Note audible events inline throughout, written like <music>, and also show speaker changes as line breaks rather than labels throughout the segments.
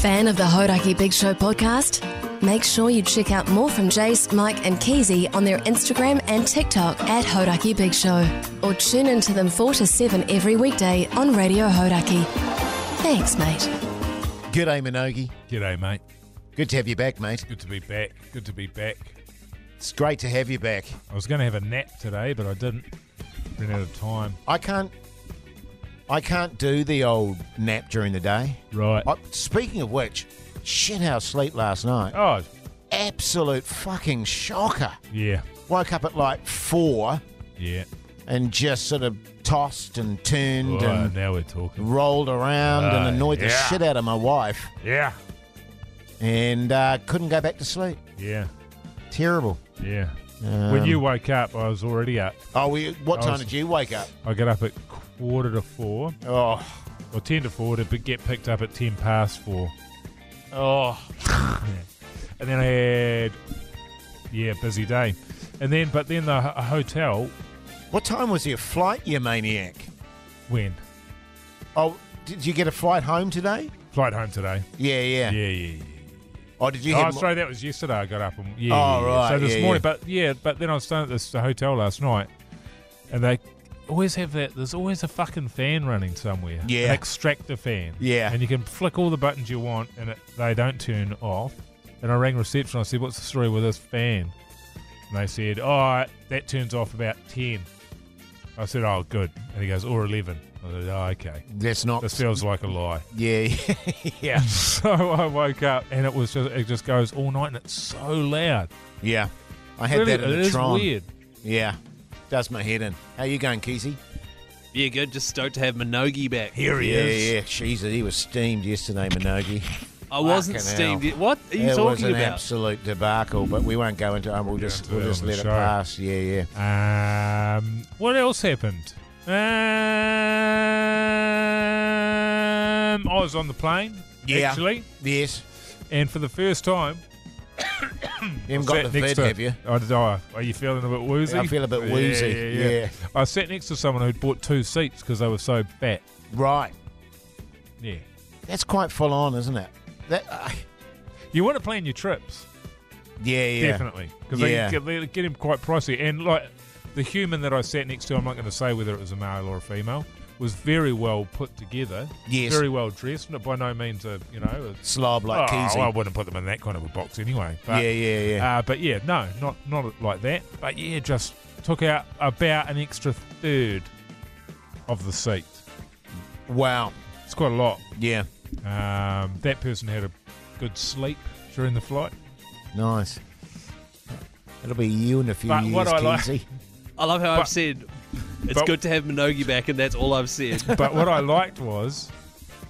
fan of the Hodaki Big Show podcast? Make sure you check out more from Jace, Mike, and Keezy on their Instagram and TikTok at Hodaki Big Show, or tune in to them 4 to 7 every weekday on Radio Hodaki. Thanks, mate.
G'day, Minogi.
G'day, mate.
Good to have you back, mate.
Good to be back. Good to be back.
It's great to have you back.
I was going to have a nap today, but I didn't. Ran out of time.
I can't. I can't do the old nap during the day.
Right.
I, speaking of which, shit house sleep last night.
Oh,
Absolute fucking shocker.
yeah.
Woke up at like four
Yeah.
and just sort of tossed and turned
Oh,
and
now we're talking.
rolled around
Oh,
and annoyed the
yeah.
shit out of my wife
Yeah.
and uh, couldn't go back to sleep.
Yeah.
Terrible.
Yeah. when you woke up, I was already up.
Oh, we, what
I
time
was-
did you wake up?
I got up at quarter to four,
Oh,
or ten to four, to be- get picked up at ten past four.
oh,
and then I had yeah busy day, and then but then the ho- hotel
what time was your flight, you maniac?
when
Oh, did you get a flight home today?
flight home today.
Yeah, yeah.
Yeah, yeah, yeah.
Oh, did you?
Oh,
have
sorry, that was yesterday. I got up and yeah,
Oh,
yeah, yeah.
right,
So this
yeah,
morning,
yeah.
but yeah, but then I was staying at this hotel last night, and they always have that. There's always a fucking fan running somewhere.
Yeah.
an extractor fan.
Yeah.
and you can flick all the buttons you want, and it, they don't turn off. And I rang reception. I said, "What's the story with this fan?" And they said, "Oh, that turns off about 10. I said, "Oh, good." And he goes, "Or 11. I said, "Oh, okay."
That's not.
This feels like a lie.
yeah, <laughs>
<laughs>
yeah,
So I woke up and it was just it just goes all night and it's so loud.
yeah. I had that
Really,
in
it
the
is
Tron.
weird.
Yeah, does my head in. How you going, Keezy?
Yeah, good. Just stoked to have Minogi back.
Here he
yeah,
is.
yeah. She's he was steamed yesterday, Minogi.
I wasn't
Fucking
steamed.
hell.
yet. What are you
it was
talking
an
about?
absolute debacle, but we won't go into it. We'll just
into
we'll
it
just
on the
let it
show.
pass. Yeah, yeah.
Um, what else happened? Um, I was on the plane
Yeah.
actually,
Yes.
and for the first time,
You haven't
sat
got the
next
vid,
to,
have you?
I don't know. Are you feeling a bit woozy?
I feel a bit woozy, yeah.
I sat next to someone who'd bought two seats because they were so fat.
Right.
Yeah.
That's quite full on, isn't it? That. Uh,
You want to plan your trips.
yeah, yeah.
definitely because
Yeah.
they, get- they get him quite pricey. And like the human that I sat next to, I'm not going to say whether it was a male or a female, was very well put together.
Yes.
very well dressed. and By no means a you know. A,
Slob like
oh,
Keezy.
I wouldn't put them in that kind of a box anyway. But,
Yeah, yeah, yeah.
Uh, but yeah, no, not not like that. But yeah, just took out about an extra third of the seat.
wow.
It's quite a lot.
Yeah.
Um, that person had a good sleep during the flight.
Nice. It'll be you in a few
But
years,
what I like-
Keezy.
I love how
But-
I've said it's
but-
good to have Minogi back, and that's all I've said.
<laughs> But what I liked was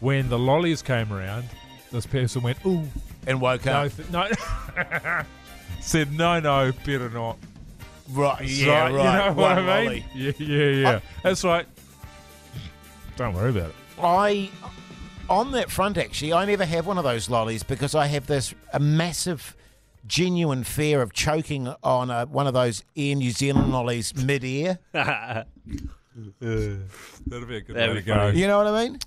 when the lollies came around, this person went, "Ooh,
And woke
no,
up.
th- no," <laughs> said, "No, no, better not."
Right. Yeah.
Right,
Right.
You know what
One
I mean?
lolly.
Yeah, yeah, yeah. That's right. Don't worry about it.
I, on that front, actually, I never have one of those lollies because I have this a massive, genuine fear of choking on a, one of those Air New Zealand lollies mid-air.
That'd be a good
That'd
way
way
to
be to go.
go.
You know what I mean?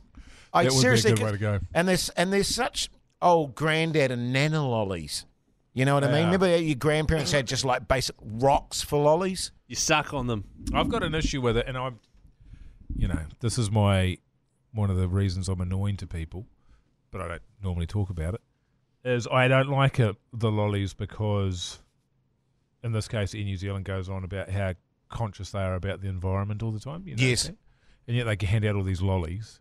I
Oh. That would be a
seriously
good
could-
way to go.
And there's and there's such old granddad and nana lollies. You know what I mean?
Yeah.
Remember how your grandparents had just like basic rocks for lollies?
you suck on them.
I've got an issue with it, and I'm, you know, this is my one of the reasons I'm annoying to people, but I don't normally talk about it. Is I don't like it, the lollies because, in this case, in New Zealand goes on about how conscious they are about the environment all the time. You know
Yes.
that? and yet they can hand out all these lollies.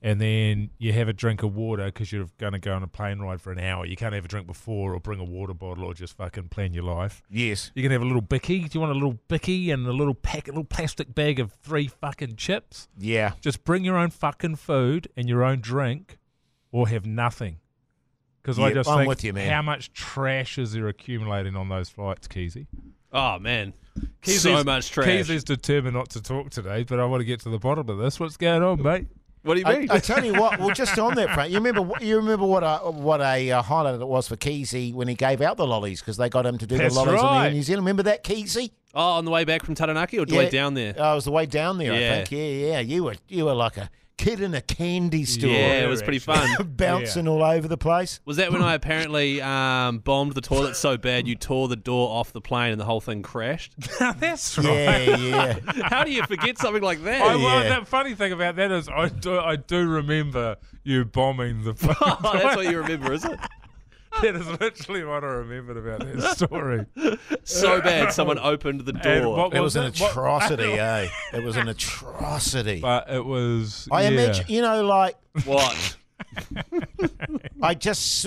And then you have a drink of water because you're going to go on a plane ride for an hour. You can't have a drink before or bring a water bottle or just fucking plan your life.
Yes.
You can have a little bicky. Do you want a little bicky and a little pack, a little plastic bag of three fucking chips?
Yeah.
Just bring your own fucking food and your own drink, or have nothing. Because I
Yeah,
just
I'm
think
with you, man.
how much trash is there accumulating on those flights, Keezy?
Oh man, so much trash.
Keezy's determined not to talk today, but I want to get to the bottom of this. What's going on, mate? <laughs>
what do you
I,
mean?
I tell you what. Well, just on that front, you remember wh- you remember what a what a uh, highlight it was for Keezy when he gave out the lollies because they got him to do
That's
the lollies on the Air
right.
New Zealand. Remember that Keezy?
oh, on the way back from Taranaki or the way down there?
Oh, it was the way down there. I
Yeah.
think. Yeah, yeah. You were you were like a kid in a candy store.
Yeah,
<laughs>
it was pretty fun.
Bouncing all over the
<laughs>
place.
Was that when I apparently um, bombed the toilet so bad you tore the door off the plane and the whole thing crashed?
That's right.
Yeah, yeah.
How do you forget something like that? <laughs>
I, well,
Yeah.
that funny thing about that is I do, I do remember you bombing the <laughs> phone.
Oh, <laughs> that's what you remember, is it?
that is literally what I remembered about that story. <laughs>
So bad someone opened the
And
door.
what
It was an
What-
<laughs>
atrocity, eh? It was an atrocity.
But it was.
I
yeah.
imagine, you know, like
What?
I just,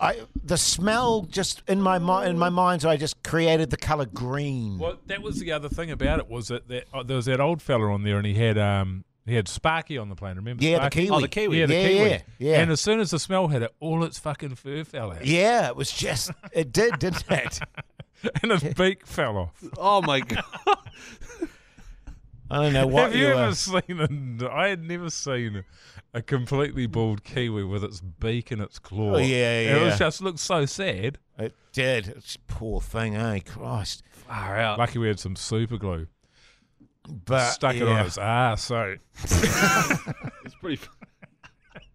I the smell just in my mind, in my mind's eye, just created the color green.
Well, that was the other thing about it was that, that uh, there was that old fella on there, and he had um he had Sparky on the plane. Remember?
Yeah, the
Sparky?
kiwi.
Oh, the kiwi.
Yeah, the
yeah,
kiwi.
yeah, yeah.
And as soon as the smell hit it, all its fucking fur fell out,
Yeah, it was just it did, didn't it?
<laughs> and its beak fell off.
Oh my god!
I don't
<laughs>
know <laughs> what
Have you ever
were-
seen? A, I had never seen a completely bald kiwi with its beak and its claw.
Oh, yeah,
It was
yeah.
just looked so sad.
It did. It's a poor thing, eh? Christ.
Far out.
Lucky we had some super glue
But
stuck it
Uh, yeah.
on its ass. So
It's pretty. Fun.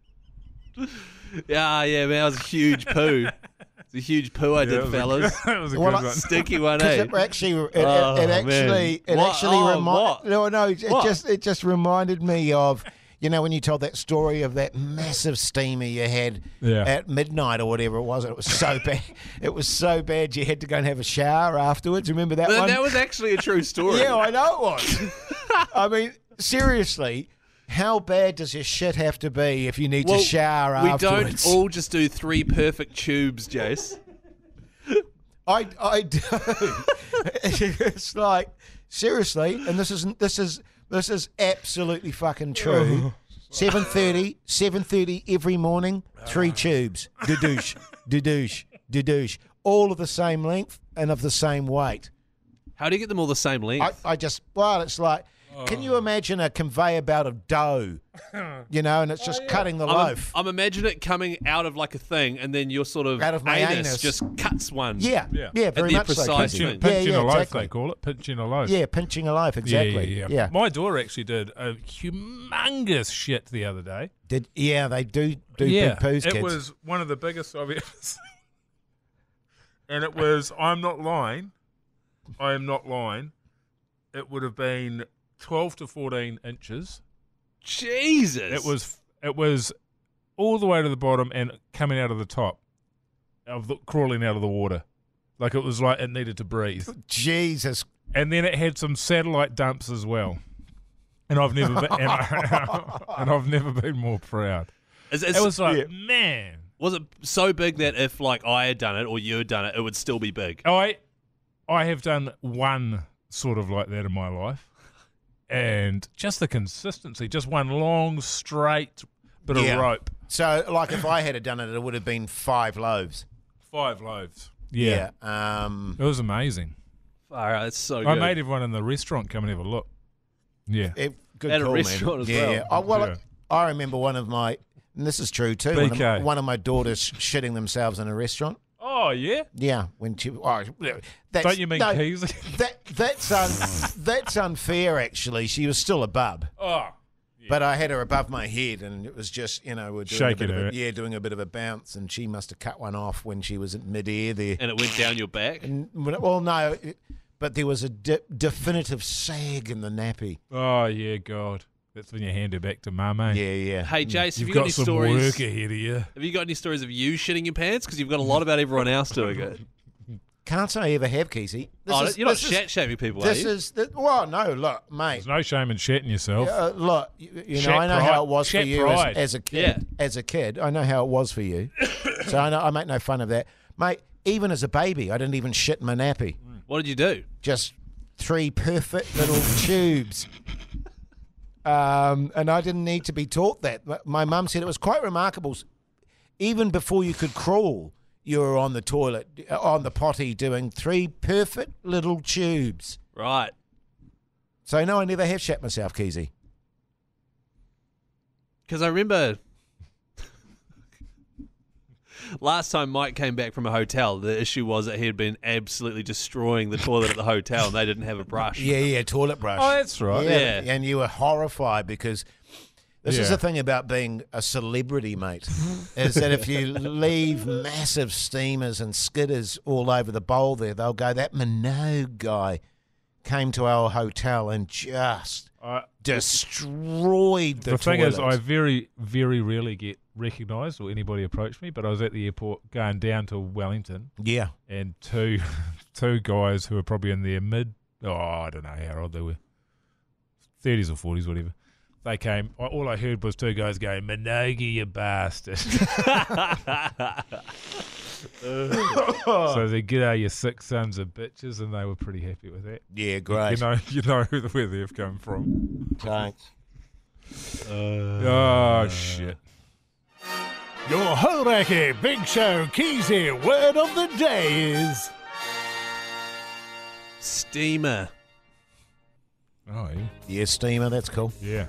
<laughs> yeah, yeah, man. That was a huge poo. It's a huge poo I
Yeah,
did,
<laughs> it was a-
fellas. <laughs>
that was a
Well,
good
I-
one.
Sticky one,
'Cause
eh?
it actually, it, it-
Oh,
it,
man.
actually, it
What?
actually
Oh, what?
reminded. No, no, it
What?
just it just reminded me of. You know when you told that story of that massive steamer you had
Yeah.
at midnight or whatever it was, it was so <laughs> bad. It was so bad you had to go and have a shower afterwards. Remember that
But
one?
that was actually a true story.
yeah, I know it was. I mean, seriously, how bad does your shit have to be if you need
Well,
to shower
we
afterwards?
don't all just do three perfect tubes, Jace.
I, I do. <laughs> it's like seriously, and this isn't. This is this is absolutely fucking true. 7.30, 7.30 every morning, three tubes. Dudoosh, dudoosh, dudoosh. All of the same length and of the same weight.
How do you get them all the same length?
I, I just, well, it's like, can you imagine a conveyor belt of dough, you know, and it's just cutting the
I'm,
loaf?
I'm imagining it coming out of like a thing, and then your sort of,
Out of my anus.
just cuts one.
yeah,
Yeah.
yeah,
At
very
the
much so.
precise
Casey.
Pinching,
thing.
Yeah,
pinching
yeah,
a loaf,
exactly.
they call it. Pinching a loaf.
Yeah, pinching a loaf, exactly.
Yeah, yeah,
yeah.
My daughter actually did a humongous shit the other day.
Did yeah, they do do
yeah,
big poos,
it
kids.
was one of the biggest I've ever <laughs> seen. And it was, I'm not lying, I am not lying. It would have been 12 to 14 inches.
Jesus.
It was, it was all the way to the bottom and coming out of the top, of the, crawling out of the water. Like it was like it needed to breathe.
Jesus,
and then it had some satellite dumps as well. And I've never been, and, I, <laughs> and I've never been more proud.
Is- is-
It was like, man,
was it so big that if like I had done it or you had done it, it would still be big?
I, I have done one sort of like that in my life, and just the consistency, just one long straight bit
Yeah.
of rope,
So, like, if I had have done it, it would have been five loaves.
five loaves.
Yeah. Um,
it was amazing.
Far out. It's so good.
I made everyone in the restaurant come and have a look. Yeah,
it, good
At a
call,
restaurant
man.
as
yeah,
well.
Yeah. Oh, well,
Yeah.
I remember one of my, and this is true too. One of,
BK.
one of my daughters shitting themselves in a restaurant.
oh yeah.
Yeah, when she. Oh, that's,
Don't you mean
no,
keys? <laughs>
That that's un, that's unfair. Actually, she was still a bub,
oh,
but I had her above my head, and it was just you know we're doing
Shaking
a bit
her,
eh?
of
right?
a, yeah doing a bit of a bounce, and she must have cut one off when she was at midair there.
and it went down your back.
N- Well, no, it- but there was a de- definitive sag in the nappy.
oh yeah, God, that's when you hand it back to mum, eh?
Yeah, yeah.
Hey Jace, have
You've
you
got,
got any
some
stories?
work ahead of you.
Have you got any stories of you shitting your pants? Because you've got a lot about everyone else
<laughs>
doing it.
Can't say I ever have, Keesey. This
oh,
is-
you're not
this is-
shat shaming people, are
This
you?
is the, well, no, look, mate.
There's no shame in shitting yourself.
Uh, look, you, you know,
Shat
I know
pride.
how it was
Shat
for you as,
pride.
as a kid.
Yeah.
As a kid, I know how it was for
<coughs>
you. so I, know, I make no fun of that, mate. Even as a baby, I didn't even shit my nappy.
what did you do?
Just three perfect little tubes. Um, and I didn't need to be taught that. My- My mum said it was quite remarkable. Even before you could crawl, you were on the toilet, uh, on the potty, doing three perfect little tubes.
Right.
So no, I never have shat myself, Keezy.
Because I remember <laughs> last time Mike came back from a hotel, the issue was that he had been absolutely destroying the toilet at the hotel and they
<laughs>
didn't have a brush.
Yeah, yeah, toilet brush.
Oh, that's right.
Yeah,
Yeah.
and you were horrified because This is
Yeah.
the thing about being a celebrity, mate, is that if
<laughs>
you leave massive steamers and skidders all over the bowl there, they'll go, that Minogue guy came to our hotel and just
I,
destroyed the,
the thing is, I
toilets."
very, very rarely get recognised or anybody approach me. But I was at the airport going down to Wellington,
Yeah.
and two, <laughs> two guys who were probably in their mid, oh, I don't know how old they were, thirties or forties, whatever. They came. I- All I heard was two guys going, "Minogi, you bastard." <laughs> so they get out your six sons of bitches, and they were pretty happy with that.
Yeah, great.
You know, <laughs> you know where they've come from.
Thanks.
Oh shit.
Uh, Your Horaki Big Show Keezy word of the day is.
Steamer.
Oh yeah.
Yeah, steamer, that's cool.
Yeah.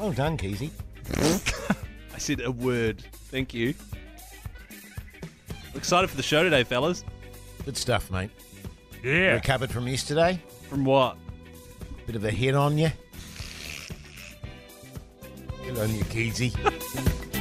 Well done, Keezy.
I said a word. Thank you. Excited for the show today, fellas.
Good stuff, mate.
Yeah.
Recovered from yesterday.
From what?
Bit of a hit on you. Good on you, Keezy.